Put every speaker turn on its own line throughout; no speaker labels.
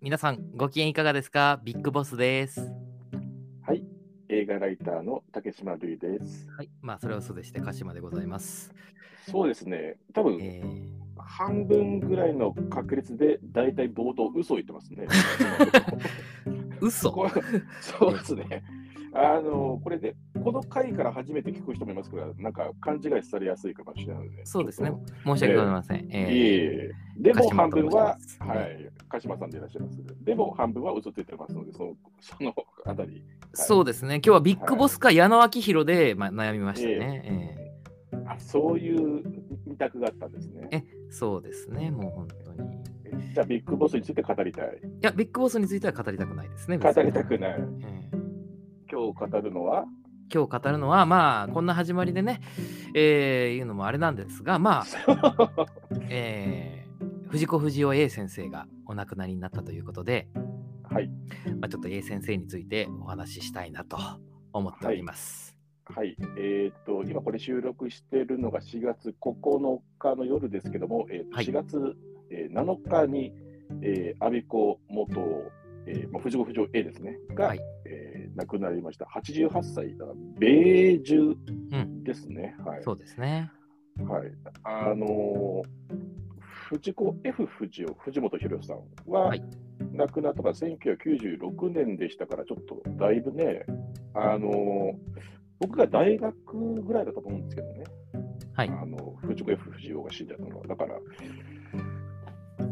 皆さんご機嫌いかがですかビッグボスです。
はい、映画ライターの竹島瑠衣です。
はい。まあ、それは嘘でして、鹿島でございます。
そうですね、多分
えー、
半分ぐらいの確率で、大体冒頭、嘘を言ってますね。
嘘
これそうですね。あのこれで、この回から初めて聞く人もいますから、なんか勘違いされやすいかもしれないので、
そうです
ち
ね
ょっ。
申し訳ございません。
と。
え
いえい
ー
え、でも半分は
鹿島と申し、ます
はい、鹿島さんでいらっしゃいます。でも半分は嘘ついてますので、そのそのあたり、
そうですね。今日はビッグボスか矢野明宏で、まあ、悩みましたね、
あそういう二択があったんですね。
えーそうですね。もう本当に。い
じゃあ、ビッグボスについて語りたい。
や、ビッグボスについては語りたくないですね。別に
語りたくない。
えー
今日語るのは、
今日語るのはまあこんな始まりでね、えー、いうのもあれなんですがまあ、えー藤子不二雄 A 先生がお亡くなりになったということで、
はい、
まあ、ちょっと A 先生についてお話ししたいなと思っております。
はい、えっ、と、今これ収録しているのが4月9日の夜ですけども、えーと
はい
4月、えー7日に、えー安倍子元、えーまあ、藤子不二雄 A ですね、が、
はい
えー亡くなりました。88歳だ、米寿
ん
ですね。はい。
そうですね。
はい、あのー藤子 F 不二雄、藤本博さんは、
はい
亡くなったのが1996年でしたから、ちょっとだいぶね、あのー僕が大学ぐらいだったと思うんですけどね、
はい
あの藤子 F 不二雄が死んじゃったのは、だから、あ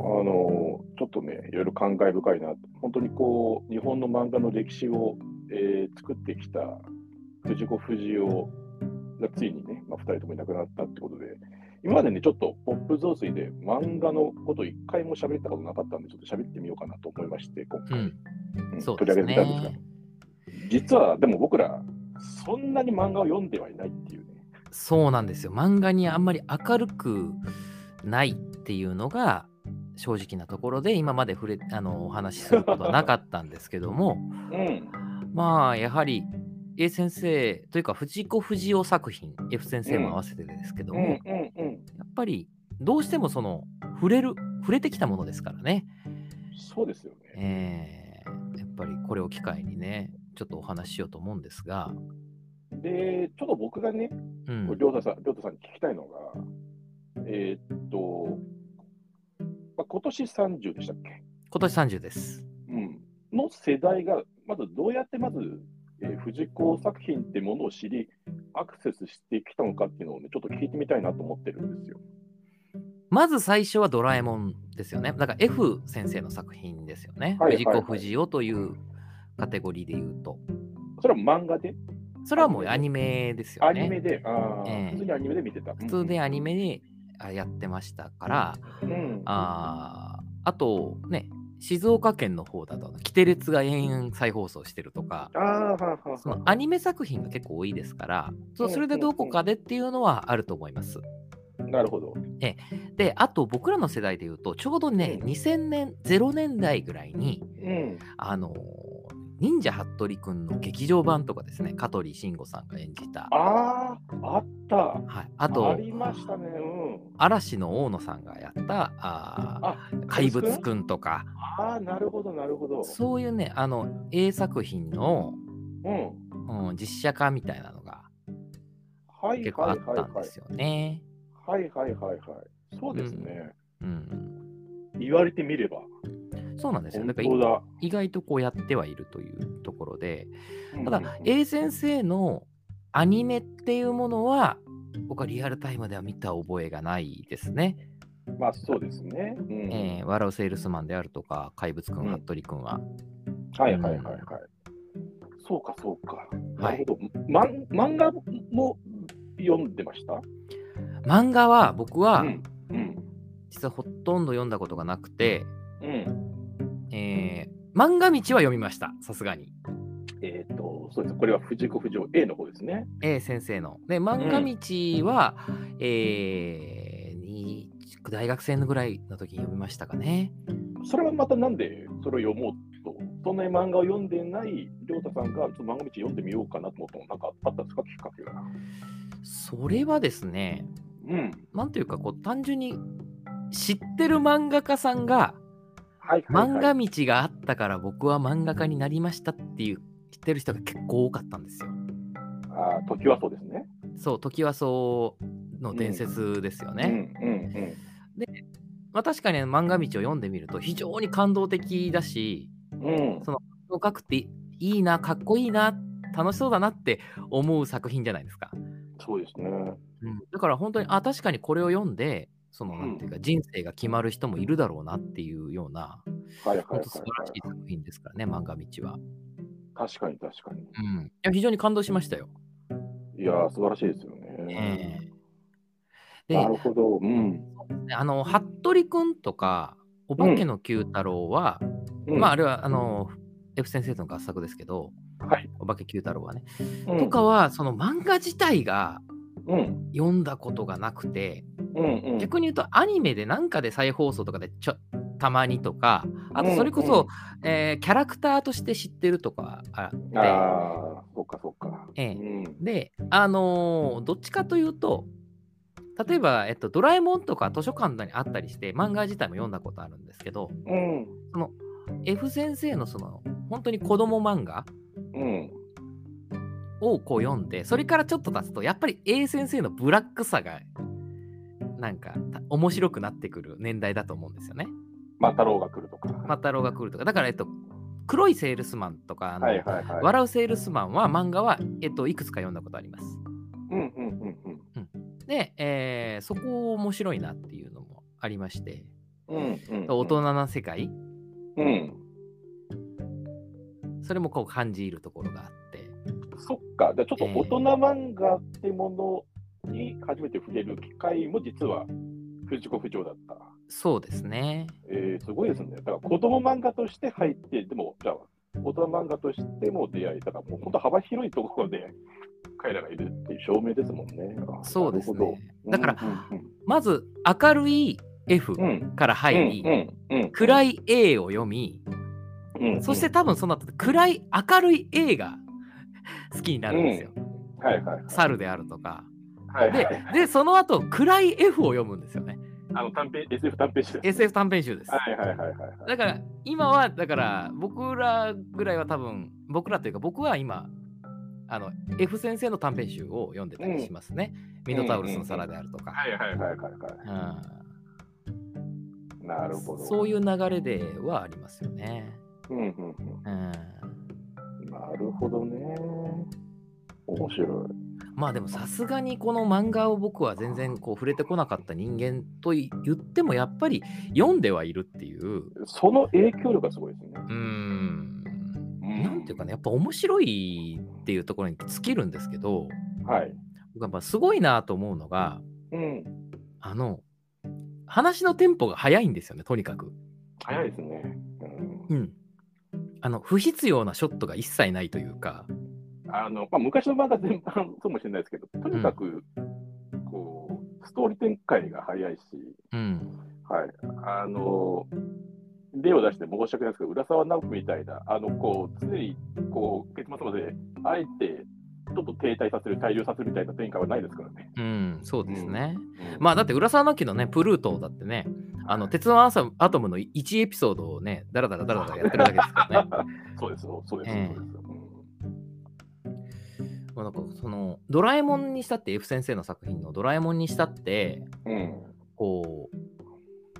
のーちょっとね、いろいろ感慨深いな、本当にこう、日本の漫画の歴史を、えー作ってきた藤子不二雄がついにね、まあ、2人ともいなくなったってことで、今までね、ちょっとポップ増水で漫画のこと一回も喋ったことなかったんで、ちょっと喋ってみようかなと思いまして、今
う
回、
ん、
うん
そう
取
で
り
す
上げてみたんです
ね。
が、実はでも僕ら、そんなに漫画を読んではいないっていうね。
そうなんですよ。漫画にあんまり明るくないっていうのが正直なところで今まで触れあのお話しすることはなかったんですけども。
うん、
まあやはり A 先生というか藤子不二雄作品 F 先生も合わせてですけど
う
も、
ん、う
やっ
ん、うん。
ぱりどうしてもその触れる触れてきたものですからね、
そうですよね。
えーやっぱりこれを機会にねちょっとお話ししようと思うんですが、
で、ちょっと僕がね、
うん、
りょうたさん、りょうたさんに聞きたいのが、えーっと、まあ、今年30でしたっけ、
今年30です。
うん、の世代が、まずどうやってまず、えー藤子作品ってものを知り、アクセスしてきたのかっていうのをね、ちょっと聞いてみたいなと思ってるんですよ。
まず最初はドラえもんですよね。だから F 先生の作品ですよね。
はいはいは
藤
い
子不二雄というカテゴリーで言うと。
それは漫画で、
それはもうアニメですよ
ア
ね。
ニメで、あー
ええ
普通にアニメで見てた。
普通でアニメであやってましたから、
うん、うん
あーあとね静岡県の方だと「キテレツ」が延々再放送してるとか
あーはあはあはあ
そのアニメ作品が結構多いですからそうそれでどこかでっていうのはあると思います。
なるほど。
であと僕らの世代でいうとちょうどね
うん
2000年0年代ぐらいに
うん、
あのー忍者服部くんの劇場版とかですね香取慎吾さんが演じた、
ああ、あった。
はい、あ
あ
と
りましたね。うん、
嵐の大野さんがやったあ
あ
ー怪物くんとか
ああ、なるほど、なるほど。
そういうねあの A 作品の
うん
うん、実写化みたいなのが
はい
結構
は
あ
い
っ
はい
た
は
んで
い
すよね。
はいはいはいはい。そうですね。
うん、
言われてみれば。
そうなんですよ。
本
だから
当だ。
意外とこうやってはいるというところで、た
うんうん
だ A 先生のアニメっていうものは僕はリアルタイムでは見た覚えがないですね。
まあそうですね。うん
えー、笑うセールスマンであるとか怪物くん、
うん
服部くんは。
はいはいはいはい。そうかそうか。
は
ないるほど。まん漫画も読んでました
漫画は僕は
うんうん
実はほとんど読んだことがなくて、
うん。
えー漫画道は読みました、さすがに。
えっと、そうです。これは藤子不二雄 A の方ですね。
A 先生の。で、漫画道は、えーに大学生のぐらいの時に読みましたかね。
それはまたなんでそれを読もうと、そんなに漫画を読んでない亮太さんが、ちょっと漫画道読んでみようかなと思ったの、なんかあったんですか、きっかけが。
それはですね、
うん。
なんていうか、こう、単純に知ってる漫画家さんが、
はいはい
漫
はい
画道があったから僕は漫画家になりましたっていう知ってる人が結構多かったんですよ。
あー時はそうですね。
そう、時はそうの伝説ですよね。
うんうんうん。
まあ、確かに漫画道を読んでみると非常に感動的だし、
うん
そ、のを書くっていいな、かっこいいな、楽しそうだなって思う作品じゃないですか。
そうですね。
だから本当に、あ、確かにこれを読んで、その
うん
なんていうか、人生が決まる人もいるだろうなっていうような、
はいはいはい、
本当素晴らしい
は
作品ですからね、漫画道は。
い。確かに確かに。
うん、いや非常に感動しましたよ。
いやー、素晴らしいですよね。
ええ
なるほど。うん。
で、あの、服部くんとか、お化けの九太郎は、まあ、あれは、あの、F 先生との合作ですけど、
あ、はい。
お化け九太郎はね。
うん
とかは、その漫画自体が
うん。
読んだことがなくて、
うん。うん。
逆に言うとアニメでなんかで再放送とかでちょたまにとかあ
う
と
ん
それこそ、えーキャラクターとして知ってるとかあ
あ
っ
あ、そっかそっか。
て、ええ
うん。
であのーどっちかというと例えば、えっと「ドラえもん」とか図書館にあったりして漫画自体も読んだことあるんですけど
うん。
その F 先生のその本当に子供漫画
うん。
をこう読んでそれからちょっと経つとやっぱり A 先生のブラックさがなんかた面白くなってくる年代だと思うんですよね。
またろうが来るとか。
マタロウが来るとか、だから、えっと、黒いセールスマンとか、あの
はいはいはい。
笑うセールスマンは漫画は、えっと、いくつか読んだことあります。
うんうんうんうん。
で、えーそこ面白いなっていうのもありまして、
うんうんうん、
大人な世界、
うん。
それもこう感じるところがあって、
そっか。じゃあちょっと大人漫画ってものに初めて触れる機会も実は藤子不二雄だった。
そうですね。
えー、すごいですね。だから子供漫画として入って、でも、じゃあ、大人漫画としても出会い、だからもう本当幅広いところで彼らがいるっていう証明ですもんね。あ
そうです
なる
ね。
ほど
だから、
う
まず、明るい F
んうんうん、
から入り、
うんうんうん、
暗い A を読み、
うんうん
そして、多分その後、暗い、明るい A が 好きになるんですよ。
はいはいはい
猿であるとか。
はいはい
で
はい、
でその後暗い F を読むんですよね。
あの短編 SF 短編集ですね
SF 短編集です。
はいはいはいはいはい。
だから今はだから僕らぐらいは多分僕らというか僕は今あの F 先生の短編集を読んでたりしますね。ミノタウルスの皿であるとか。
はいはいはいはいは
うん
い。なるほど。
そういう流れではありますよね。
うんうんう
うん、
ん。なるほどね。面白い。
まあでもさすがにこの漫画を僕は全然こう触れてこなかった人間と言ってもやっぱり読んではいるっていう。
その影響力がすごいですね。
うん
うん
なんていうかね、やっぱ面白いっていうところに尽きるんですけど、
はい。
僕やっぱすごいなと思うのが、
うん。
あの、話のテンポが早いんですよね、とにかく。
早いですね。うん
うん。あの、不必要なショットが一切ないというか、
あのまあ、昔の漫画全般そうもしれないですけど、とにかく、こう、ストーリー展開が早いし、
うん。
はい、あの例を出して申し訳ないですけど、浦沢直樹みたいな、あのこう常にこう結末まであえてちょっと停滞させる、滞留させるみたいな展開はないですからね。
うん、そうですね。
うん
まあだって浦沢直樹のね、プルートだってね、あの、鉄腕アサアトムの1エピソードをね、だらだらだらだらやってるだけですから ね。
そうですよ、そうです
え
よ、
え
そうですよ。
まあなんかその、ドラえもんにしたって、F 先生の作品のドラえもんにしたって、
うん
こう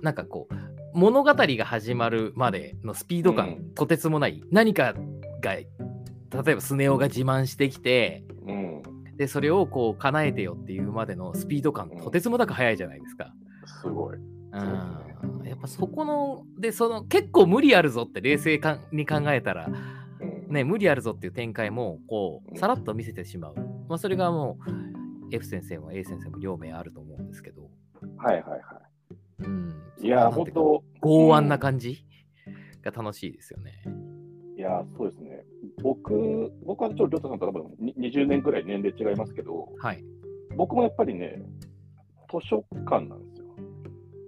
なんかこう物語が始まるまでのスピード感、
う
とてつもない何かが例えばスネ夫が自慢してきて
うんうん、
でそれをこう叶えてよっていうまでのスピード感、
うん
とてつもなく速いじゃないですか。
すごい。
う
そうん
やっぱそこのでその結構無理あるぞって冷静かんに考えたら、
うん
ね、無理あるぞっていう展開もこ
う
うんさらっと見せてしまう、まあ、それがもう F 先生も A 先生も両面あると思うんですけど、
はいはいは
うん、
い。いやー、
なん
本
ていうか
当、
剛腕な感じが楽しいですよね。
いやー、そうですね。僕、僕はちょっと、りょうたさんと多分に20年くらい年齢違いますけど、
はい。
僕もやっぱりね、図書館なんですよ。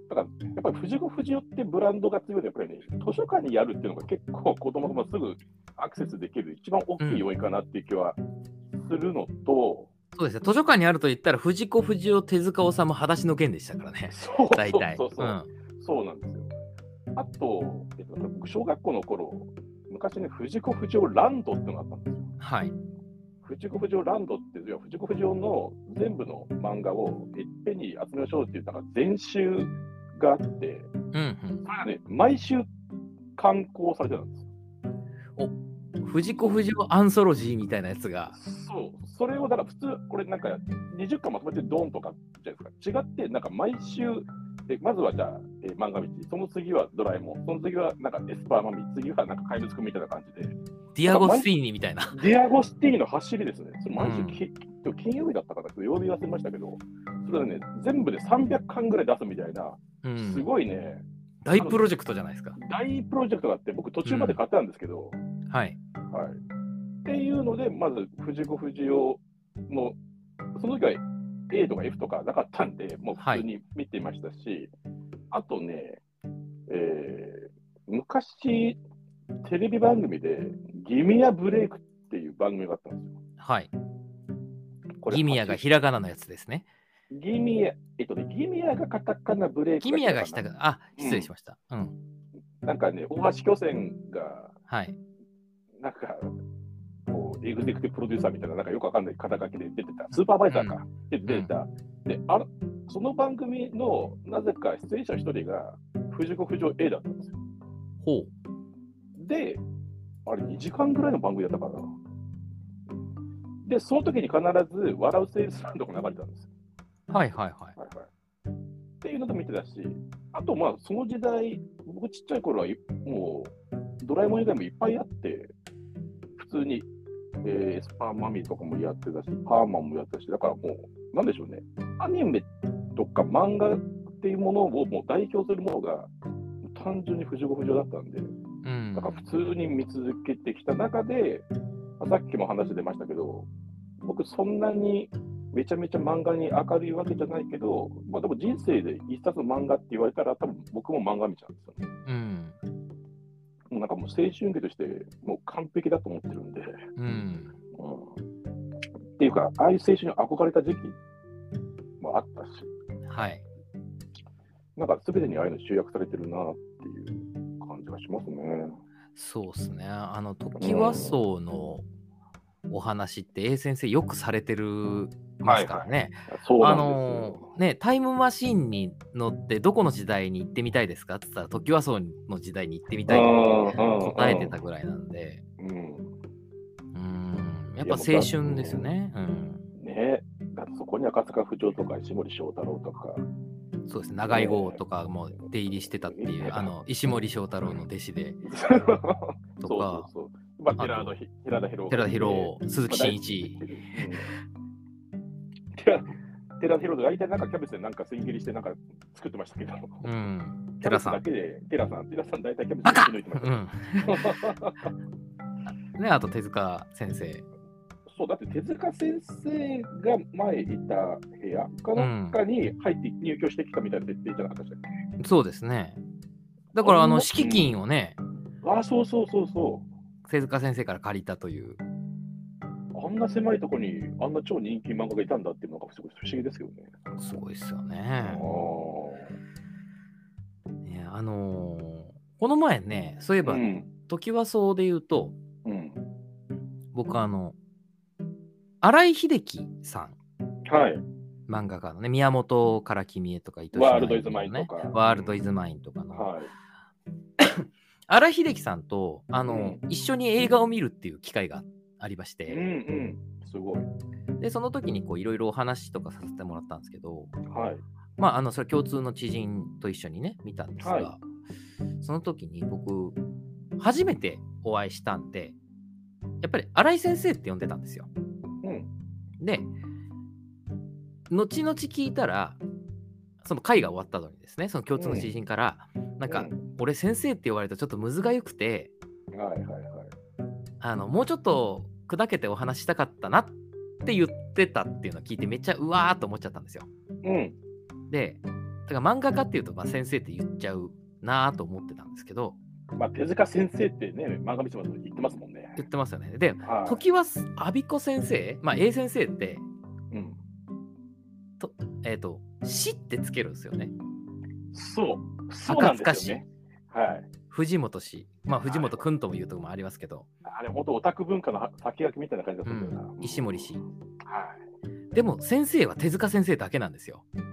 だから、やっぱり藤子不二雄ってブランドが強いので、やっぱりね、図書館にやるっていうのが結構子供がすぐアクセスできる一番大きい要因かなっていう気はするのと、
そうですね。図書館にあると言ったら、藤子不二雄、手塚治虫、裸足の剣でしたからね。
そうそう
大体。
そうそうう、そうなんですよ。あと、えっと、僕、小学校の頃、昔ね、藤子不二雄ランドってのがあったんですよ。
はい。
藤子不二雄ランドって、要は藤子不二雄の全部の漫画をいっぺんに集めましょうっていう、なんか全集があって、
うん
それがね、毎週刊行されてたんですよ。
うん。藤子不二雄アンソロジーみたいなやつが。
そう、それをだから普通、これなんか20巻まとめてドーンとかじゃないですか、違って、なんか毎週、えまずはじゃあ、えー漫画道、その次はドラえもん、その次はなんかエスパーマミ、次はなんか怪物くんみたいな感じで、
ディアゴスティーニみたいな。
ディアゴスティーニの走りですね、それ毎週
うん
き、今日金曜日だったかな、ちょっと曜日忘れましたけど、それはね、全部で300巻ぐらい出すみたいな、
うん、
すごいね、
大プロジェクトじゃないですか。
大プロジェクトがあって、僕、途中まで買ったんですけど、
はい。
はい、っていうので、まず藤子不二雄の、その時は A とか F とかなかったんで、もう普通に見てましたし、あとね、えー昔、テレビ番組で、ギミアブレイクっていう番組があったんですよ。
はい。
これ
ギミアがひらがなのやつですね。
ギミア、えっとね、ギミアがカタカナブレイク
ギミアがひた
カ
が、あ、失礼しました。うん。
ナなんかね、大橋巨泉が、
はい。
なんか、こう、エグゼクティブプロデューサーみたいな、なんかよくわかんない肩書きで出てた、スーパーバイザーか、で出てた、であら、その番組のなぜか出演者一人が、藤子不二雄 A だったんですよ。
ほう。
で、あれ、2時間ぐらいの番組だったかな。で、その時に必ず、笑うセールスランドが流れてたんですよ。
はいはいはい。
はいはい、っていうのと見てたし、あと、まあ、その時代、僕ちっちゃい頃はいもう、ドラえもん以外もいっぱいあって、普通に、えーエスパーマミーとかもやってたし、パーマンもやってたし、だからもう、なんでしょうね、アニメとか漫画っていうものをもう代表するものが、単純に藤子不二雄だったんで、
うん
だ。から普通に見続けてきた中で、まあさっきも話出ましたけど、僕、そんなにめちゃめちゃ漫画に明るいわけじゃないけど、まあ、でも人生で一冊の漫画って言われたら、多分僕も漫画見ちゃうんですよね。
うん。
もうなんかもう青春期として、もう完璧だと思ってるんで、
うん。
うん、っていうか、ああいう青春に憧れた時期もあったし、
はい。
なんか全てにああいうの集約されてるなっていう感じがしますね。
そうですね。あの、時和荘のお話って A 先生よくされてるますからね。
そう
あ
なんです
の
よ。
ーね、タイムマシンに乗ってどこの時代に行ってみたいですかって言ったら時はそうの時代に行ってみたいって答えてたぐらいなんで、
うんうんうん
うん、やっぱ青春ですよね。うん、
ねだってそこに赤塚不二夫とか石森章太郎とか、
そうですね、長い号とかも出入りしてたっていう、あの石森章太郎の弟子で、
そう
と
そう
か
そう、まあ、寺田ひ寺田博
寺田博、鈴木真一、
寺寺田博が大体なんかキャベツでなんか千切りしてなんか作ってましたけど、
うん、
キャベ
寺
ツ
さ
だ
ん。
けで寺さん寺さん大体キャベ
バ
ツ
カ
切り抜いてまし
う
た
ん、ね、あと手塚先生。
そうだって手塚先生が前いた部屋かなんかに入って入居してきたみたいな設定じゃなかったでしたっ
そうですね。だから、あ
う
の、
ん
敷金をね、
け、ああそうそうそうそう
手塚先生から借りたという。
あんな狭いとこにあんな超人気漫画がいたんだっていうのがすごい不思議ですけどね。
すごいですよ
あ
ね。
ー
ねあのーこの前ね、そういえば、
うん
時はそうで言うと、
うん
僕あの、新井秀樹さん、
はい。
漫画家のね、宮本から君へとか、愛しい
ワールドイズマインとか
ねワールドイズマインとかの、
はい。
新井秀樹さんと、あの、
う
一緒に映画を見るっていう機会がありまし
うんう
て、
ん。すごい。
で、その時にこう、いろいろお話とかさせてもらったんですけど、
はい。
まあ、あの、それ共通の知人と一緒にね、見たんですが、
は
その時に僕、初めてお会いしたんで、やっぱり新井先生って呼んでたんですよ。
うん。
で、後々聞いたら、その会が終わったのにですね、その共通の知人から、なんか、俺先生って言われるとちょっとむずがゆくて、
うんはいはいはい。
あの、もうちょっと砕けてお話ししたかったなって言ってたっていうのを聞いて、めっちゃうわーっと思っちゃったんですよ。
うん。
で、だから漫画家っていうと、まあ、先生って言っちゃうなーと思ってたんですけど、
まあ、手塚先生ってね、漫画見てます言ってますもんね。
言ってますよね。で、
はい。
時は阿ビ子先生、まあ、A 先生って、
うん。
えっ、と、死ってつけるんですよね。
そう。そうな
赤
んで
塚
す
氏
よね。。はい。
藤本氏、まあ、藤本君とも言うとこもありますけど、
あれ、本当オタク文化の先駆けみたいな感じだったんだよな。
うん石森氏。
は
でも先生は手塚先生だけなんですよ。
い。はい。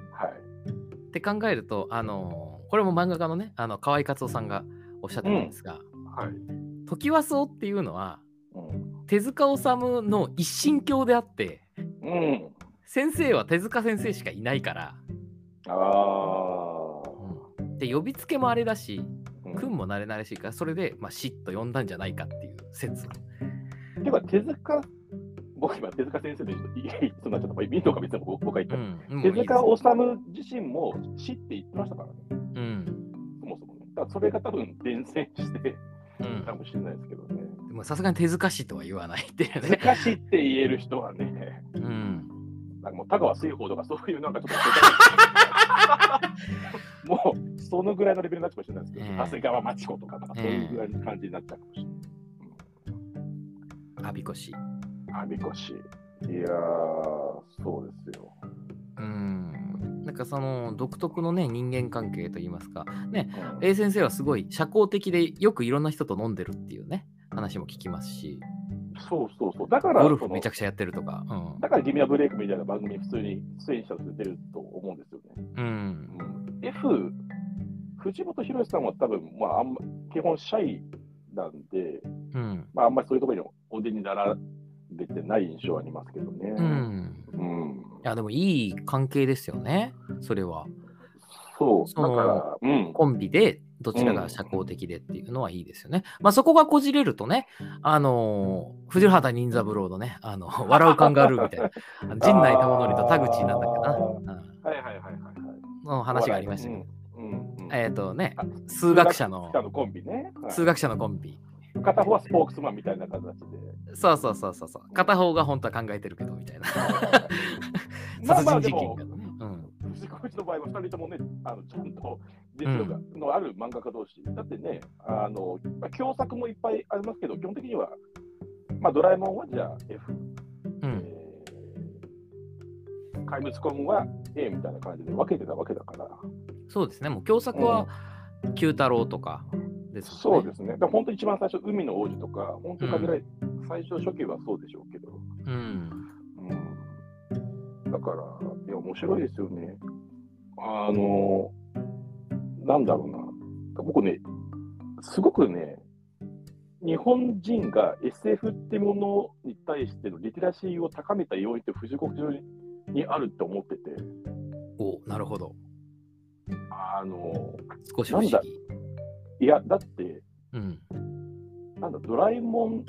って考えると、あのーこれも漫画家のね、あの河合克夫さんがおっしゃってたんですが、
はい。
トキワ荘っていうのは、
うん。
手塚治虫の一神教であって、
うん。
先生は手塚先生しかいないから、
ああ。
で呼びつけもあれだし、
う
君
ん、
も慣れ慣れしいから、それで、まあ、しっと呼んだんじゃないかっていう説。
てか、手塚、僕今、手塚先生でいいいつになっちゃった。まあ、いいのか別に僕僕が言
う
っ
ん、
た。
もうい
手
いです
塚治虫自身も死って言ってましたからね。
うん、
そもそもね。だからそれが多分伝染して
う
た
ん
かもしれないですけどね。
でもさすがに手塚氏とは言わないっていう ね。
難しいって言える人はね、
うん、
なんかもう田川水宝とかそういうなんかちょっ と、もうそのぐらいのレベルになっちゃうかもしれないですけ
ええ
ど、長谷川町子とかなんかそういうぐらいの感じになっちゃうかもしれない。
阿鼻子氏。
あみこし。いやー、そうですよ。
うん、なんかその独特のね人間関係といいますか、
うん
A 先生はすごい社交的でよくいろんな人と飲んでるっていうね話も聞きますし、
そうそうそう。だから、
ゴル
そ
フ
の
めちゃくちゃやってるとか、
だから、ギミアブレイクみたいな番組、普通に出演者として出ると思うんですよね。
うん、うん、
うん、F、藤本博さんは多分、まあ、あんま基本シャイなんで、
うん、
まあ、あんまりそういうところにお出になられてない印象はありますけどね。
うん。
うん
いやでもいい関係ですよね、それは。
そう、
そ
だ
の
から、うん、
コンビでどちらが社交的でっていうのはいいですよね。まあそこがこじれるとね、あのー藤原任三郎のね、あの 笑うカンガルーみたいな、あの陣内智則と田口なんだっけな、
はいはいはいはいはい。
うんの話がありましたけど、
うんうんうん
えっ、とね
あ、
数学者の
数学者のコンビね。はい
数学者のコンビ。
片方はスポークスマンみたいな形で。
そうそうそうそうそう。片方が本当は考えてるけどみたいな。
まあ
殺
ま
人
あで
事件
も
が、ね。うん。
藤子の場合は2人ともね、あのちゃんと実力のある漫画家同士、だってね、あのまあ共作もいっぱいありますけど、基本的には、まあ、ドラえもんはじゃあ F、
うん。
えー怪物コンは A みたいな感じで分けてたわけだから、
そうですね。もう共作は九太郎とかです
そう
ね。
ですね、だから本当、一番最初、海の王子とか、本当に限られ、最初、初期はそうでしょうけど、
うん。
うん、だから、いや、面白いですよね。あの、なんだろうな、僕ね、すごくね、日本人が SF ってものに対してのリテラシーを高めた要因って藤子不二雄にあるって思ってて、
おなるほど。
あの、
少し不思
なんだ
議。
いや、だって、
うん。
なんだ、ドラえもん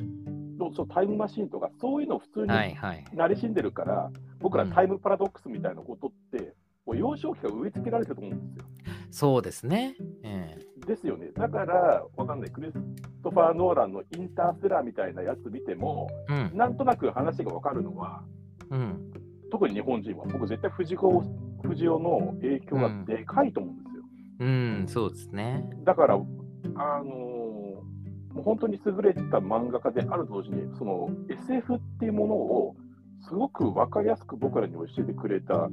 のそのタイムマシーンとか、そういうのを普通に
はいはい。
慣れしんでるから、僕ら
うん
タイムパラドックスみたいなことって、もう幼少期から植え付けられてると思うんですよ。
そうですね。ええ
ですよね。だから、わかんない、クリストファー・ノーランのインターステラーみたいなやつ見ても、
うん。
なんとなく話がわかるのは、
うん。
特に日本人は、僕、絶対藤子藤尾の影響がでかいと思うんですよ。
うん。そうですね。
だから、あのーもう本当に優れた漫画家であると同時に、その SF っていうものを、すごく分かりやすく僕らに教えてくれた
う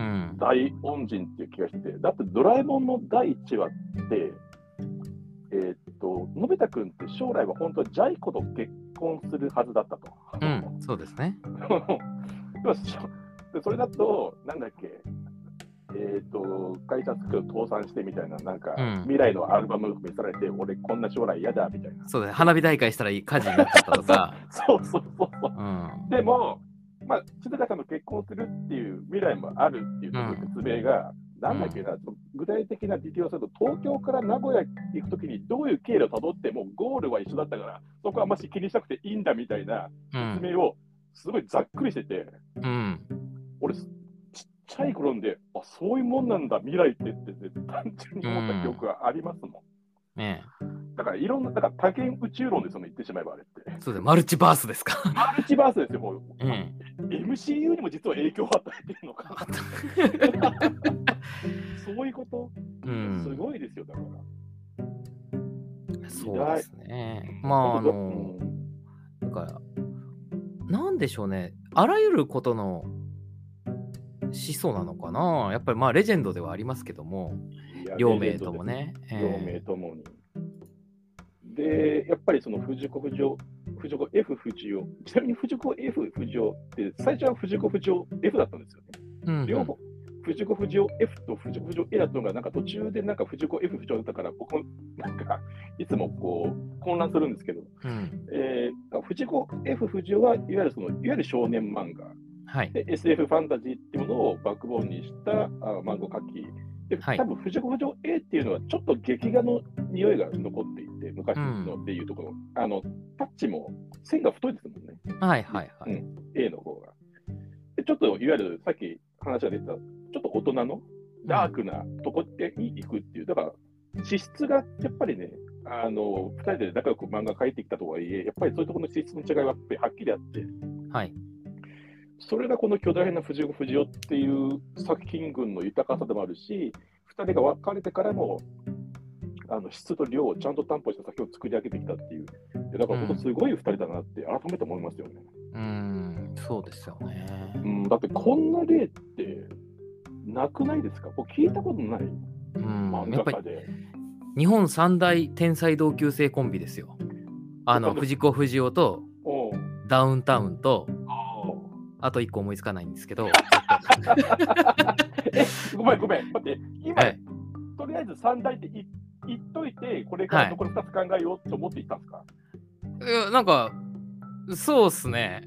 ん。
大恩人っていう気がして、だってドラえもんの第1話って、えーっと、のび太くんって将来は本当はジャイ子と結婚するはずだったと。
うん。そうですね。
でもしょそれだと、なんだっけ、えーっと、会社作る倒産してみたいな、なんか、
うん
未来のアルバム見せられて、俺こんな将来嫌だみたいな。
そうです。花火大会したらいい火事になっちゃったとか。
そうそうそうそう。
うん。
でも、まあ、静香さんの結婚するっていう未来もあるっていう説明が、なんだっけな、具体的なディティールをすると、東京から名古屋行くときにどういう経路をたどっても、ゴールは一緒だったから、そこはあんまし気にしなくていいんだみたいな
う
説
ん。
明を、すごいざっくりしてて、
うん。
俺、ちっちゃい頃んで、あそういうもんなんだ、未来ってって、ね、単純に思った記憶がありますも
ね
ん。だから、いろんな、だから多元宇宙論ですよね、言ってしまえばあれって
え。。そうです。マルチバースですか。
マルチバースですよ、もう。
うん。
MCU にも実は影響を与えてるのか
あった
そういうこと、
うん
すごいですよ、だから。
そうですね。まあ、あ
う
の、
ん
だから、なんでしょうね、あらゆることの思想なのかな、やっぱりまあ、レジェンドではありますけども、
いや
両名とも。ね。え
レジェンドです両名
え
ともに。で、やっぱりその藤子不二雄、藤子 F 不二雄、ちなみに藤子 F 不二雄って、最初は藤子不二雄 F だったんですよね。
うんうん
両方、藤子不二雄 F と藤子不二雄 A だったのが、なんか途中でなんか藤子 F 不二雄だったから、僕もなんかいつもこう混乱するんですけど、
うん
えー、藤子 F 不二雄はいわゆるそのいわゆる少年漫画
はい。
で SF ファンタジーっていうものをバックボーンにしたあ漫画を描き、で
はい
多分藤子不二雄 A っていうのはちょっと劇画の匂いが残っていて、昔のでいうところ、あのタッチも線が太いですもんね。
はいはいは
う
い。
ん A の方が。でちょっといわゆるさっき話が出てた、ちょっと大人のダークなとこに行くっていう、だから資質がやっぱりね、あの2人で仲良く漫画描いてきたとはいえ、やっぱりそういうところの資質の違いはやっぱりはっきりあって、
はい。
それがこの巨大な藤子不二雄っていう作品群の豊かさでもあるし、2人が別れてからも、あの質と量をちゃんと担保した作品を作り上げてきたっていう、いやだから本当すごい2人だなって改めて思いますよね。
うん、そうですよね。
うん、だってこんな例ってなくないですか僕聞いたことない
うん、
漫
やっ
画
ぱり
家で。
日本三大天才同級生コンビですよ。あの、
他の
藤子不二雄と
おう
ダウンタウンと、
ああ
あと一個思いつかないんですけ ど、
えごめんごめん。待って、今、
はい
とりあえず3大って言言っといて、これから残り2つ考えようと思っていったんですか、
いやなんか、そうっすね。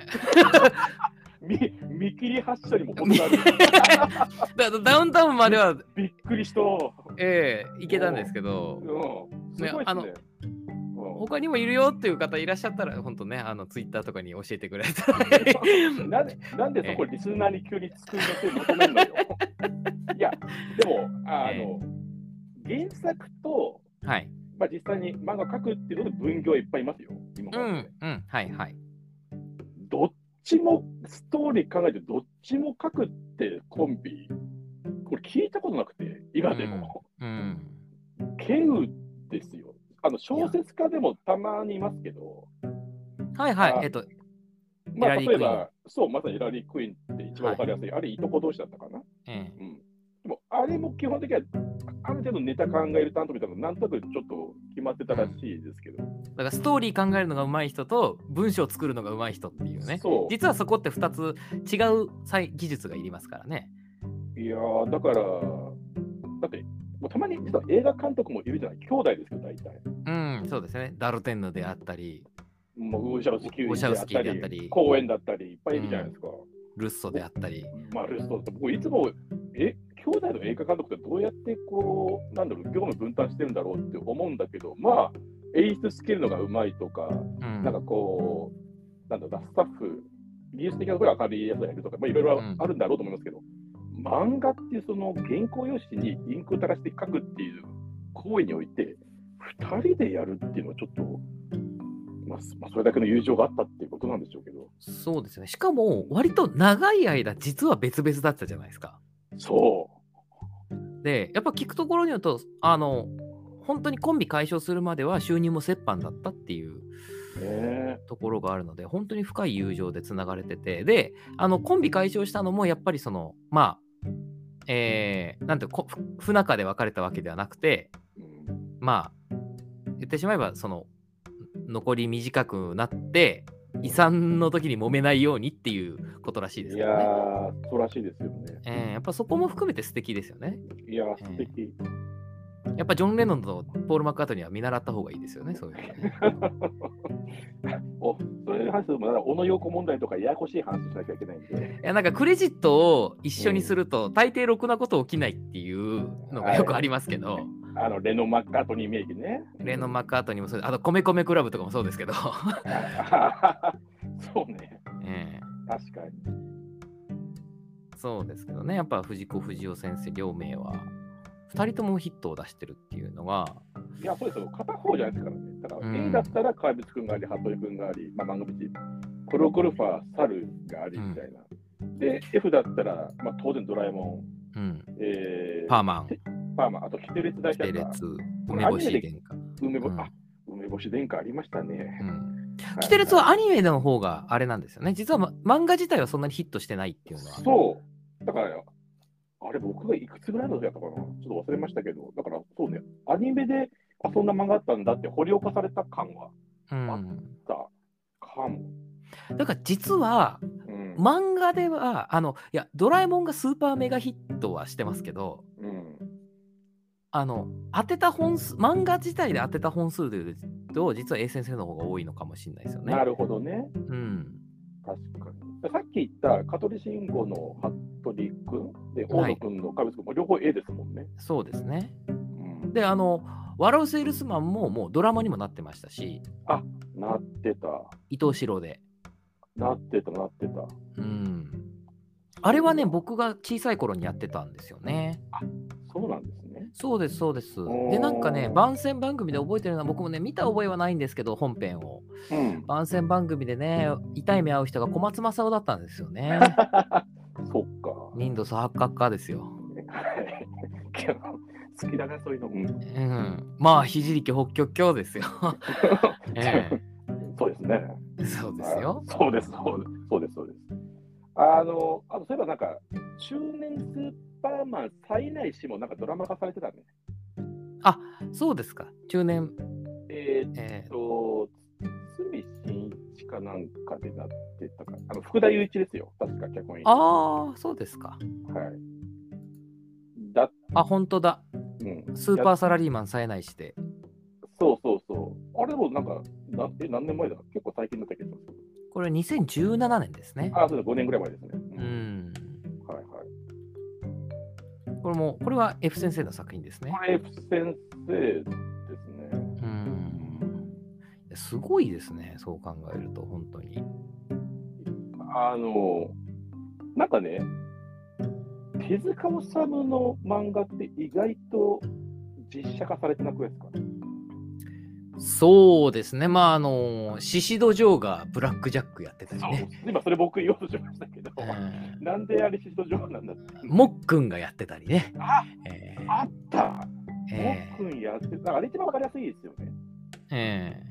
見見切り発車にも程 がある。
だダウンタウンまでは、
びっくりした。う
ええいけたんですけど
ん、、すごいです
ね
ね。
あの
うん
他にもいるよっていう方いらっしゃったら、本当ね、あの、ツイッターとかに教えてくれた ら。
なんでなんでそこリスナーに急に作り出て求めるの よ。いや、でも、ああ
え
の、原作と
はい。
まあ、実際に漫画描くっていうので分業いっぱいいますよ、今
う
まで
ん、うん、はいはい。
どっちもストーリー考えて、どっちも描くってコンビ、これ聞いたことなくて、今でも、
うん。
ケウですよ。あの小説家でもたまにいますけど、
はいはい
あ。
えっと、
まあ、
ヒラリー
例えば、そう、まさにヒラリー・クイーンって一番わかりやすい、あれ、いとこ同士だったかな。
え
うん、でも、あれも基本的には、ある程度ネタ考える担当みたいなの、なんとなくちょっと決まってたらしいですけど、
えだからストーリー考えるのが上手い人と文章を作るのが上手い人っていうね。
そう
実はそこって2つ違う才技術がいりますからね。
いやー、だから、だって、もうたまに実は映画監督もいるじゃない、兄弟ですけど、大体。
うん、そうですね。ダルテンヌであったり、
もうウーシャウスキ
ウーシャウスキ
ー
ー
で
であ
あっ
ったたり
り、公園だったり、いっぱいいるじゃないですか。
ルッソであったり。
まあ、ルストって、僕、いつも、え、兄弟の映画監督ってどうやって、こう、なんだろう、業務分担してるんだろうって思うんだけど、まあ、演出つけるのがうまいとか、
うん
なんかこう、なんだろうな、スタッフ、技術的なところが明るいやつがいるとか、まあ、いろいろあるんだろうと思いますけど、漫画っていうその原稿用紙にインクを垂らして書くっていう行為において、2人でやるっていうのはちょっと、まあ、すまあ、それだけの友情があったっていうことなんでしょうけど、
そうですね。しかも、割と長い間、実は別々だったじゃないですか。
そ
で、やっぱ聞くところによると、あの、本当にコンビ解消するまでは収入も折半だったっていう
う、ねえ
ところがあるので、本当に深い友情でつながれてて、で、あの、コンビ解消したのも、やっぱりその、まあ、えー、なんていうこ不不仲で別れたわけではなくて、
うん
まあ言ってしまえばその残り短くなって遺産の時に揉めないようにっていうことらしいです
い
け
や
どね。
ー、そうらしいですよね。
えーやっぱそこも含めて素敵ですよね。
いやー、素敵。
やっぱジョン・レノンとポール・マッカートニーは見習った方がいいですよね、そういうの ね
おそれに関しても、小野洋子問題とかややこしい話しなきゃいけないんで。
いやなんかクレジットを一緒にすると大抵ろくなこと起きないっていうのがよくありますけど、
あのレノ・マッカートニー名義ね。
レノン・マッカートニーもそうですあとコメコメクラブとかもそうですけど、
そうね、
えー
確かに。
そうですけどね、やっぱ藤子不二雄先生両名は2人ともヒットを出してるっていうのが、
いや、そうですよ、片方じゃないですからね。だから、
うん
映画だったら、怪物くんがあり、服部くんがあり、まあ、漫画道、プロゴルファー、サルがありみたいな。で、F だったら、まあ、当然ドラえも
うん、
ん、えー、
パーマン、
パーマン、あと、キテレツ大
キテ
社
レ
か、
ツ、
こ
梅
れ
干し
アニメで
殿下。
梅干
う
し、
ん
あ梅干し殿下ありました
う
ね。
ん、
はい
キテレツはアニメの方があれなんですよね。実は、ま、漫画自体はそんなにヒットしてないっていうのは。
そう、だから、あれ、僕がいくつぐらいの時だったかな、ちょっと忘れましたけど、だからそうね、アニメで、あ、そんな漫画あったんだって掘り起こされた感は
うん、
あったかも。
だから実は
うん。
漫画ではあのいや「ドラえもん」がスーパーメガヒットはしてますけど
うん、
あの当てた本数漫画自体で当てた本数でいうと実は A 先生の方が多いのかもしれないですよね。
なるほどね。
うん、
確かに。さっき言った、香取慎吾の服部君で、大野君の壁君も両方 A ですもんね。
そうですね。
うん、
であの「笑うセールスマンも」もうドラマにもなってましたし
なってた、
伊藤四郎で。
なってた、なってた。
うん、あれはね僕が小さい頃にやってたんですよね。
そうなんですね。
そうですそうです
お。ー
でなんかね番宣番組で覚えてるのは僕もね見た覚えはないんですけど本編を。
うん。
番宣番組でね痛い目合う人が小松政夫だったんですよね。
そっか。
人度差八角化ですよ。
はいけど好きだな、そういうの。うん
うん、まあ、ひじりき北極鏡ですよ。え
そうですね。
えそうですよ。
あそうです、そうです、そうです。そうですあの、あとそういえばなんか、中年スーパーマン、冴えないしもなんかドラマ化されてたね。
そうですか。中年、
えー、っ
ええ
と、堤真一かなんかでなってたか、あの福田雄一ですよ、確か脚本あ
ああ、そうですか。
はい。だ、
あ、本当だ。
うん、
スーパーサラリーマンさえないして。
そうそうそう。あれもなんか、なえ何年前だ結構最近だった気がします。
これ2017年ですね。
あ、そうだ、5年ぐらい前ですね。
う
うん
ん。
はいはい。
これも、これは F 先生の作品ですね
こ。れ、F 先生ですね。
うん。すごいですね。そう考えると、本当に。
あの、なんかね、手塚治虫の漫画って意外と実写化されてなくないですか
そうですね。まあ、あの、シシド・ジョーがブラック・ジャックやってたり
そう
ね。
今それ僕言おうとしましたけど、
うん
なんであれシスト上なんだって。
もっくんがやってたりね。
あ
え
あったも
えええ
っくんやってた。だからあれ一番わかりやすいですよね。
え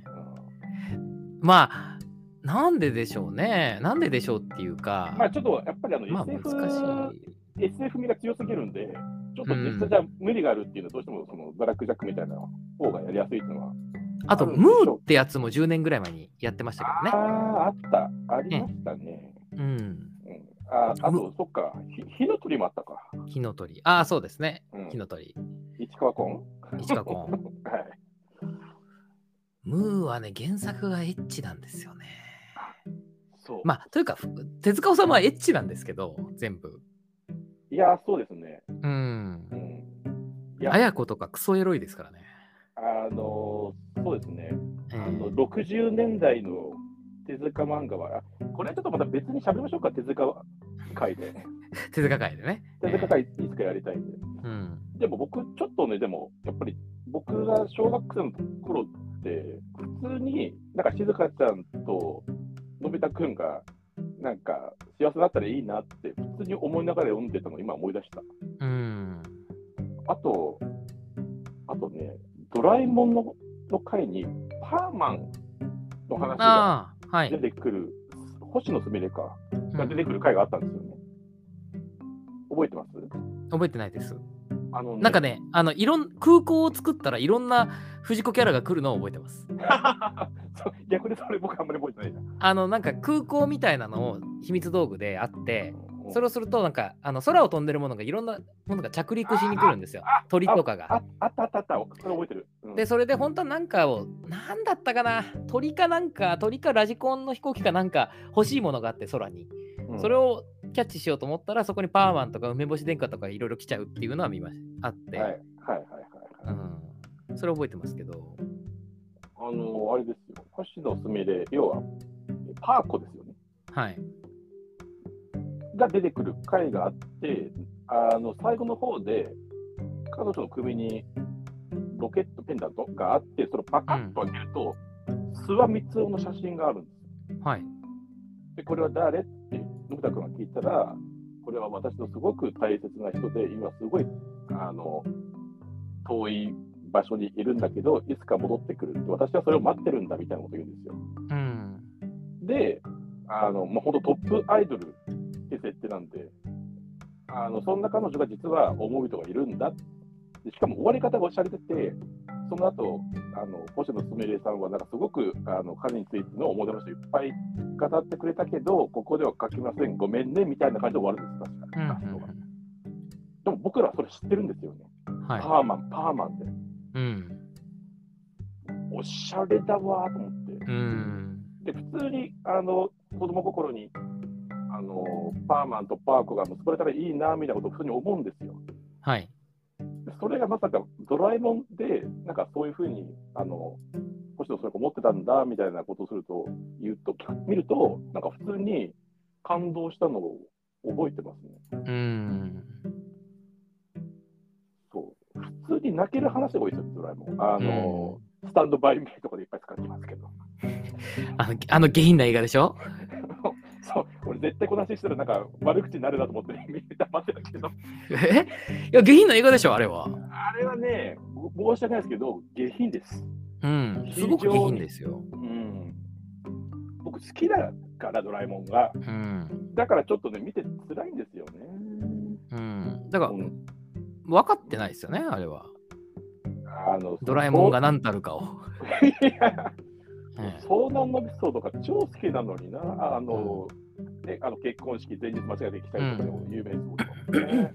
え
うん
まあなんででしょうねなんででしょうっていうか
まあちょっとやっぱりあの
まあ
SF、
難しい
SF 味が強すぎるんで、ちょっと実際じゃ無理があるっていうのはどうしてもそのブラックジャックみたいな方がやりやすいっていうのは。
あと
あるんでし
ム
ょう
ーってやつも10年ぐらい前にやってましたけどね
ああ、あった。ありましたね。
うん
うん、ああ
う
と、そっか、ひ火の鳥もあったか。
火の鳥ああそうですね
うん
火の鳥
市川 コン
市川コン
はい。
ムーはね原作がエッチなんですよね
そう。
まあというかふ手塚治虫はエッチなんですけど全部
いや、そうですね。
うん
うん、いや、
綾子とかクソエロいですからね、
あのーそうですね、
え
あの
え
60年代の手塚漫画は、あこれはちょっとまた別に喋りましょうか、手塚 会で。
手塚界でね
手塚会いつかやりたいんで。
ええうん
でも僕、ちょっとね、でも、やっぱり僕が小学生の頃って、普通になんか静香ちゃんとのび太くんが、なんか幸せだったらいいなって、普通に思いながら読んでたのを今思い出した。
うん
あと、あとね、ドラえもんのの回に、パーマンの話が
ああはい
出てくる、星野すみれか、
う
が
ん
出てくる回があったんですよね。覚えてます
覚えてないです
あの、
なんか、ね、あのいろん空港を作ったらいろんな藤子キャラが来るのを覚えてます。
そう逆にそれ僕あんまり覚えてないな。
あのなんか空港みたいなのを秘密道具であって、
うん
それをするとなんかあの空を飛んでるものがいろんなものが着陸しに来るんですよ。鳥とかが。
ああったあったあった、それ覚えてる。うん
で、それで本当はなんかを、なんだったかな、鳥かなんか、鳥かラジコンの飛行機かなんか欲しいものがあって空に。それ
を、
をキャッチしようと思ったらそこにパーマンとか梅干し殿下とかいろいろ来ちゃうっていうのは見ました。あって、
はい、はいはいはいは
う
い。
ん。それ覚えてますけど。
あの、あれですよ、星野すみれ、要は、パーコですよね。
はい。
が出てくる回があって、あの最後の方で、彼女の首にロケットペンダントがあって、それをパカッと開けると、諏訪光雄の写真があるんです。
はい。
で、これは誰って、のび太くんが聞いたら、これは私のすごく大切な人で、今すごいあの遠い場所にいるんだけど、いつか戻ってくるって、私はそれを待ってるんだみたいなこと言うんですよ。
うん。
で、あの、まあ、ほんとトップアイドルって設定なんで、あのそんな彼女が実は思う人がいるんだでしかも終わり方がおしゃれててその後あの星野すみれさんはなんかすごくあの彼についての思い出の人いっぱい語ってくれたけどここでは書きませんごめんねみたいな感じで終わるんです確
うん
か、でも僕らはそれ知ってるんですよね、
うんはい
パーマンパーマンで
うん
おしゃれだわーと思って
うん
で普通にあの子供心にあのパーマンとパーコが結ばれたらいいなみたいなことを普通に思うんですよ。
はい
でそれがまさかドラえもんでなんかそういうふうにあの星野それ子持ってたんだみたいなことをすると言うと見るとなんか普通に感動したのを覚えてますね。
うん
そう普通に泣ける話が多いですよドラえもん。あの、スタンドバイミーとかでいっぱい使ってますけど。
あのあの下品な映画でしょ
そう俺絶対この話したらなんか悪口になるなと思って 見て黙ってたけど。
えいや下品な映画でしょあれは
あれはね、申し訳ないですけど、下品です。
うんすごく下品ですよ
うん。僕好きだから、ドラえもんが。
うん
だからちょっとね、見て辛いんですよね。
うんだから
うん
分かってないですよねあれは
あの
ドラえもんが何たるかを、
そういや
ええ
遭難のエピソードが超好きなのにな、あの、ね、あの結婚式前日間違えてきたりとかでも有名そうですもんね、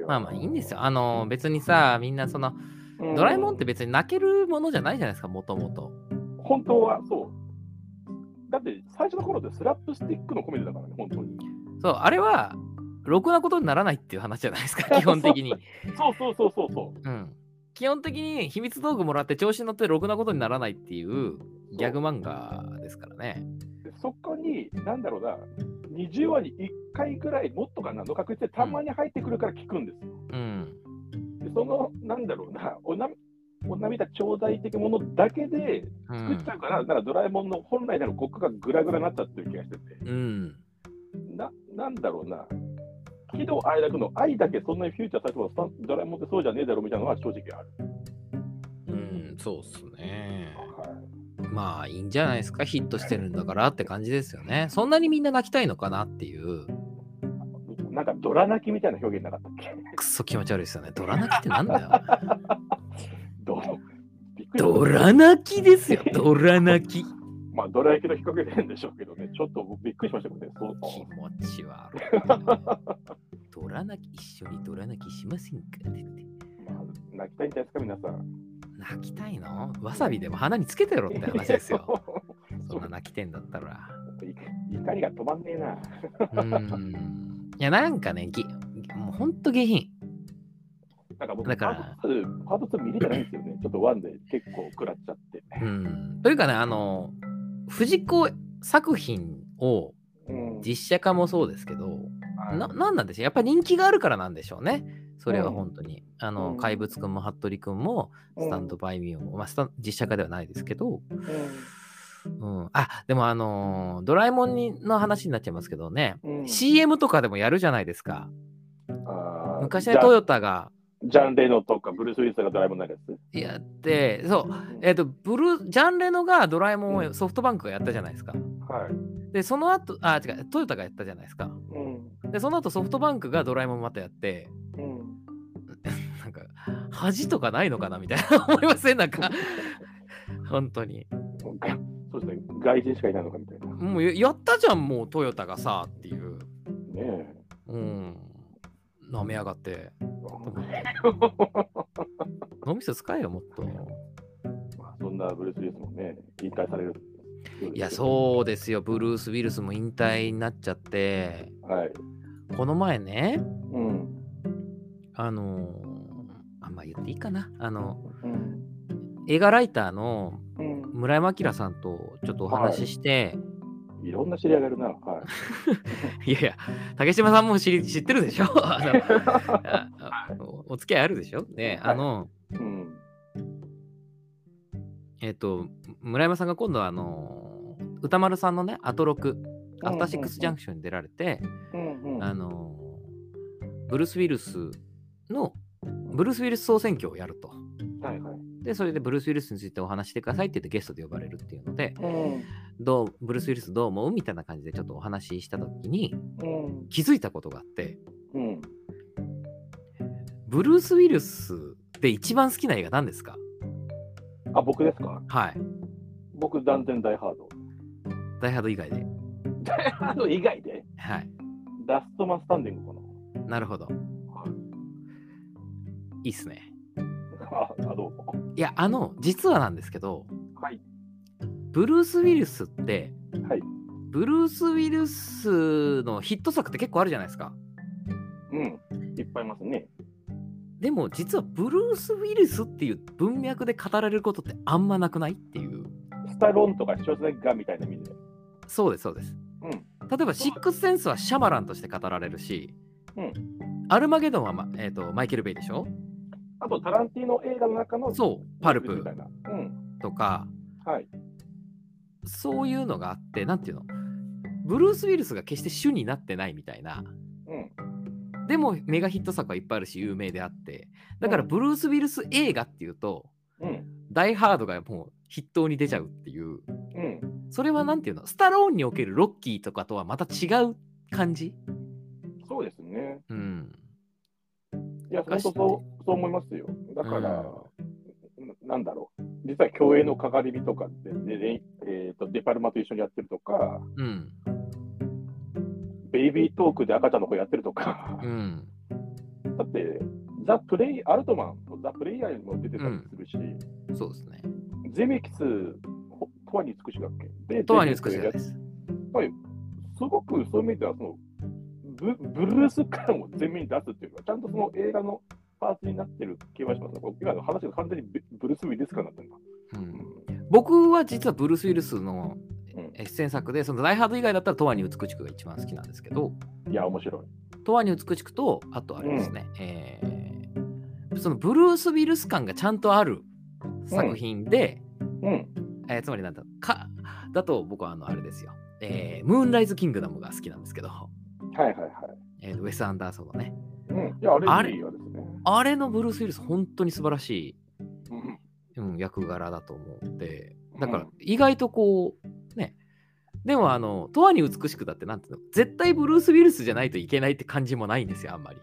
まあまあいいんですよあの別にさみんなそのドラえもんってて別に泣けるものじゃないじゃないですかもともと
本当はそう。だって最初の頃ってスラップスティックのコメディだからね、本当に。
そうあれはろくなことにならないっていう話じゃないですか基本的に、
そうそうそうそうそう。
うん、基本的に秘密道具もらって調子に乗ってろくなことにならないっていうギャグ漫画ですからね
でそこに、なんだろうな、20話に1回ぐらい、もっとかな、の確率でたまに入ってくるから聞くんですよ。
うん
でその、なんだろうな、おなお涙頂戴的ものだけで
う
作っ
ん
ちゃうから、だからドラえもんの本来なる国家がぐらぐらになったっていう気がしてて、
うん
ななんだろうな、喜怒哀楽の愛だけそんなにフューチャーされても、そドラえもんってそうじゃねえだろみたいなのは正直ある。
うんそうっすね
はい
まあいいんじゃないですかヒットしてるんだからって感じですよねそんなにみんな泣きたいのかなっていう
なんかドラ泣きみたいな表現なかったっけ
くっそ気持ち悪いですよ ねドラ泣きってなんだよ
どびっくりした
ドラ泣きです よ、ドラ泣き。
まあ、ドラ焼きの比較で変でしょうけどね、ちょっと僕びっくりしましたけどね、そう
気持ち悪い。ドラ泣き、一緒にドラ泣きしませんかって言って。
まあ、泣きたいんじゃないですか、皆さん。
泣きたいのわさびでも鼻につけてろって話です よ。そ
そ
んな泣きてんだったら。
うい怒りが止まんねえな。
うーん。いや、なんかね、ぎもうほんと下品。
なんか僕、
だから
パート2、パート2見れてないんですよね、ちょっとワンで結構食らっちゃって。
うん。というかね、あの、藤子作品を
うん
実写化もそうですけど、
はい
ななんなんでしょうやっぱり人気があるからなんでしょうね。それは
うん
本当に。あの、
うん
怪物くんも服部くんも、スタンドバイミーも、まあスタン、実写化ではないですけど、うん。あ、でもあのードラえもんにの話になっちゃいますけどね、
うんうん
CM とかでもやるじゃないですか。
あー
昔
ジ
は
ャン
トヨタが
ジャン・レノとかブルース・ウィリスがドラえもんになるやつ。
やって、そう、えっ、と、ブルー、ジャンレノがドラえもんをソフトバンクがやったじゃないですか。
はい。
で、その後、あ、違う、トヨタがやったじゃないですか。
うん。
で、その後ソフトバンクがドラえもんまたやって、
うん。
なんか恥とかないのかなみたいな思いませんなんか本当に
もうがそうですね、外人しかいないのかみたいな。ね
もうややったじゃんもうトヨタがさっていう
え。
うん舐めやがって脳みそ使えよもっと
まあそんなブルース・ウィリスもね、引退される。
いやそうですよブルース・ウィルスも引退になっちゃって
う。はい。
この前ね
うん。
あのーあんま言っていいかなあの
うん。
映画ライターの
うん
村山明さんとちょっとお話しして、、
いろんな知り合いがいるな。はい
やいや竹島さんも知り知ってるでしょ あのあ あおお付き合いあるでしょね
はい
あの、
い。うん。
えっ、と、村山さんが今度はあのー、歌丸さんのね、アトロク、アフターシックスジャンクションに出られて、
うんうん。
あのー、ブルース・ウィルスの、ブルース・ウィルス総選挙をやると。
はいはい。
で、それでブルース・ウィルスについてお話ししてくださいって言ってゲストで呼ばれるっていうので、どうブルース・ウィルスどう思うみたいな感じでちょっとお話しした時に
うん。
気づいたことがあって
うん。
ブルース・ウィルスで一番好きな映画何ですか
あ、僕ですか
はい。
僕、断然大ハード。
ダイハード以外で。
大ハード以外で、
はい。
ダストマンスタンディングか
なるほど。いいっすね。
な。 あ、あどうぞ。
いや、あの、実はなんですけど、
はい。
ブルース・ウィルスって、
はい。
ブルース・ウィルスのヒット作って結構あるじゃないですか。
うん。いっぱいいますね。
でも実はブルース・ウィルスっていう文脈で語られることってあんまなくないっていう。
スタローンとかショーツネッガーみたいな意味で。
そうです、そうです。
うん
例えば、シックス・センスはシャマランとして語られるし、
うん
アルマゲドンは、まえー、とマイケル・ベイでしょ
あと、タランティーノ映画の中の、
そう、パル
み
プ
たいな。うん。
とか、
はい。
そういうのがあって、なんていうのブルース・ウィルスが決して主になってないみたいな。
うん。
でもメガヒット作はいっぱいあるし有名であってだから
うん
ブルース・ウィルス映画っていうと
うん。
「ダイ・ハード」がもう筆頭に出ちゃうっていう
うん。
それはなんていうのスタローンにおけるロッキーとかとはまた違う感じ
そうですね。
うん
いや、
か
本
し
当そうそう思いますよ。だから、ななんだろう。実は競泳のかかり火とかで、ででえー、とデパルマと一緒にやってるとか、
うん
ベイビートークで赤ちゃんの子やってるとか、
うん
だって、ザ・プレイ、アルトマンのザ・プレイヤーにも出てたりするし、
そうですね
ゼメキス、ほトワに美しいだっけで、
とはに
ゼ
美
メキス
しい
やっ
です
すごくそういう意味ではそのブ、ブルース感を前面に出すっていうか、ちゃんとその映画のパーツになってる気はしますね。今の話が完全にブブルース・ウィルス感になってるな。
うん僕は実はブルース・ウィルスの
うん
え出演作でその「ダイ・ハード」以外だったら「とはに美しく」が一番好きなんですけど
いや、面白
「
い。
とはに美しくと」あとあれですね、えーそのブルース・ウィルス感がちゃんとある作品で、
うん。
えーつまりなんだかだと僕はあのあれですよ、えームーンライズ・キングダムが好きなんですけど、
はいはいはい。
えーウェス・アンダーソンのね
うん。いや、
あ
あ
れ
れいいよですね。
あれのブルース・ウィルス本当に素晴らし
うん
い、うん、役柄だと思ってだか
う
ら
ん
意外とこうねでもあの「とわに美しく」だってなんていうの絶対ブルース・ウィルスじゃないといけないって感じもないんですよあんまり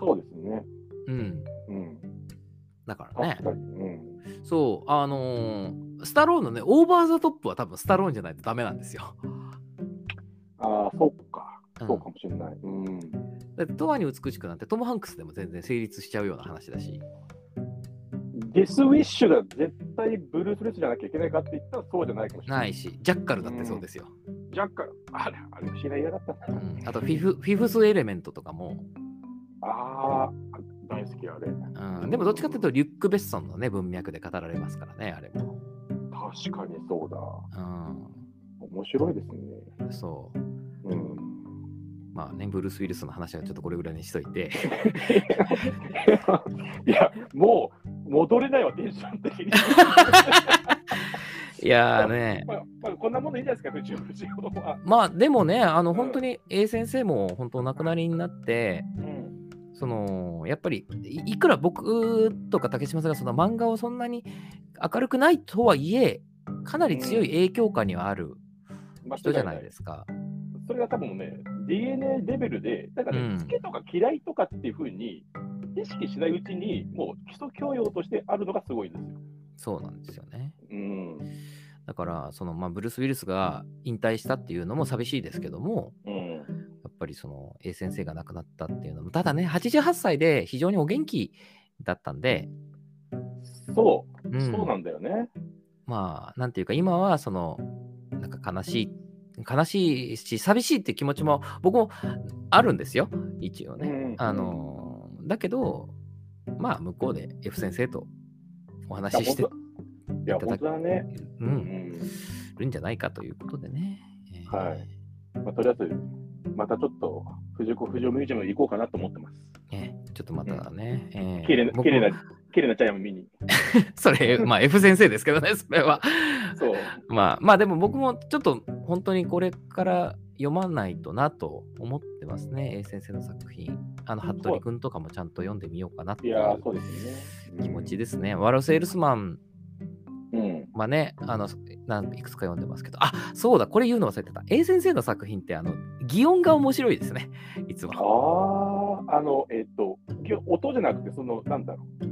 そうですね。
うん
うん。
だからね
確かに。うん。
そうあのースタローンのねオーバー・ザ・トップは多分スタローンじゃないとダメなんですよ、
ああ、そうか。
うん
そうかもしれない。うん。
だって「とわに美しく」なんてトム・ハンクスでも全然成立しちゃうような話だし
デス・ウィッシュが絶対ブルース・ウィルスじゃなきゃいけないかって言ったらそうじゃないかもしれな。
ないいし、ジャッカルだってそうですよ。
ジャッカル。あれ、あれ、知ら嫌だった
う
な。
んあとフィフ、フィフスエレメントとかも、
ああ、大好き、あれ。
うん、でもどっちかっていうと、リュック・ベッソンのね、文脈で語られますからね、あれも。
確かにそうだ。
う
面白いですね。
ん、そう。
うん。
まあね、ブルース・ウィルスの話はちょっとこれぐらいにしといて。
いや、もう戻れないわ、テンション的に。
いやーね。
まあまあ、こんなものいいじゃないですか、藤尾藤尾は。
まあでもね、あの本当に A 先生も本当お亡くなりになって、
うん。
そのやっぱりいいくら僕とか竹島さんがその漫画をそんなに明るくないとはいえ、かなり強い影響下にはある
まあ
人じゃないですか。
それが多分ね、DNA レベルで、だから、
うん
ね、好きとか嫌いとかっていうふうに意識しないうちに、もう基礎教養としてあるのがすごいんですよ。
そうなんですよね。
うん。
だからその、まあ、ブルース・ウィルスが引退したっていうのも寂しいですけども
うん。
やっぱりその A 先生が亡くなったっていうのもただね88歳で非常にお元気だったんで、
そう、
うん
そうなんだよね。
まあなんていうか今はそのなんか悲しい悲しいし寂しいっていう気持ちも僕もあるんですよ一応ね。
うん
あのーだけどまあ向こうで F 先生とお話しして
いやいや、本当だね。
う、
うんん。
るんじゃないかということでね。えー
はいまあ、とりあえず、またちょっと、藤子不二雄ミュージアム行こうかなと思ってます。
ね、ちょっとまたね、えー
綺麗な、
僕
綺麗な、綺麗なチャイアム見に。
それ、まあ F 先生ですけどね、それは。
そう。
まあ、まあでも僕もちょっと本当にこれから読まないとなと思ってますね、A 先生の作品。あの、服部君とかもちゃんと読んでみようかなって
い
い
や
う
ー、そうですね。
気持ち
で。
ですね。ワロセールスマン
うん。
まあね、あの、なんいくつか読んでますけど、あそうだ、これ言うの忘れてた。A 先生の作品って、あの、擬音が面白いですね、いつも。
ああ、あの、えっ、と、き音じゃなくて、その、なんだろう。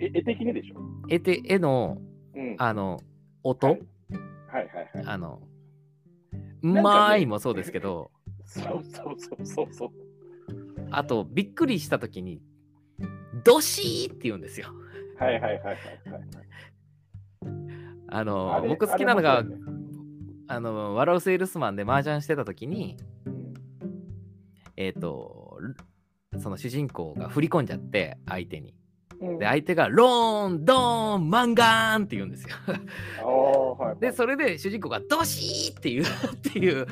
え絵絵的にでしょ。
絵て絵の、
うん。
あの、音、
はいはいはいはい。
あの、う
なんかね
まーいもそうですけど、
そうそうそうそうそう。
あと、びっくりしたときに、ドシーって言うんですよ。
はいはいはいはいはい。
あの、
あれ
僕好きなのが、
あ
あ,、
れ面白いね
の、笑うセールスマンで麻雀してたときに、
うん
えっ、と、その主人公が振り込んじゃって、相手に。
うん
で、相手が、ローン、ドーン、マンガーンって言うんですよ。
ああ、はい。
で、それで主人公が、ドシーって言うっていう、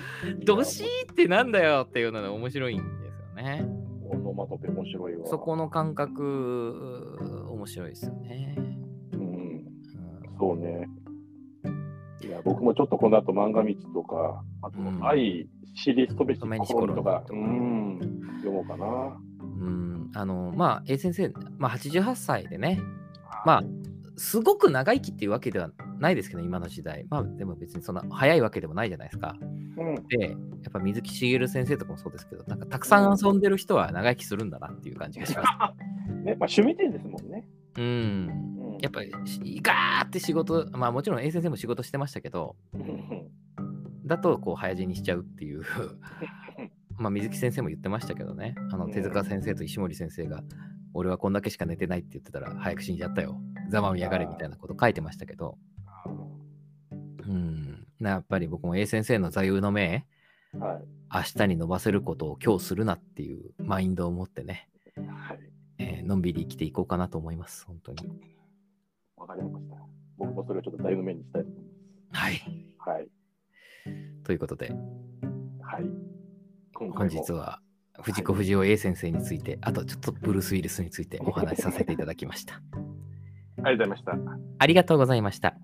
ドシーってなんだよっていうのが面白いんですよね。
オノマトペ面白いわ。
そこの感覚、面白いですよね。
うん、
うん
そうね。いや、僕もちょっとこの後、漫画道とか、あと、
うん
愛、知りすとべし
止めにし
心にとか、う
心
ん、読もうかな。
うん、あの、まあ、A 先生、まあ、88歳でね、まあ、すごく長生きっていうわけではないですけど、今の時代。まあ、でも別にそんな早いわけでもないじゃないですか。
うん、
で、やっぱ水木しげる先生とかもそうですけど、なんかたくさん遊んでる人は長生きするんだなっていう感 じがします。
ね、まあ、趣味点ですもんね。
うん。
うん、
やっぱり、しガーって仕事、まあもちろん A 先生も仕事してましたけど、
うん
だとこう早死にしちゃうっていう。まあ水木先生も言ってましたけどね、あの
うん
手塚先生と石森先生が、俺はこんだけしか寝てないって言ってたら早く死んじゃったよ、ざまみやがれみたいなこと書いてましたけど、うん、なやっぱり僕も A 先生の座右の銘、
は
明日に伸ばせることを今日するなっていうマインドを持ってね、
い。はい。
えーのんびり生きていこうかなと思います、本当に。
わかりました。僕もそれをちょっと座右の目にしたいと思い
はい。
ます。はい。
ということで、
はい。今
本
回も
日は藤子不二雄 A 先生について、あとちょっとブルース・ウィルスについてお話しさせていただきました。
ありがとうございました。
ありがとうございました。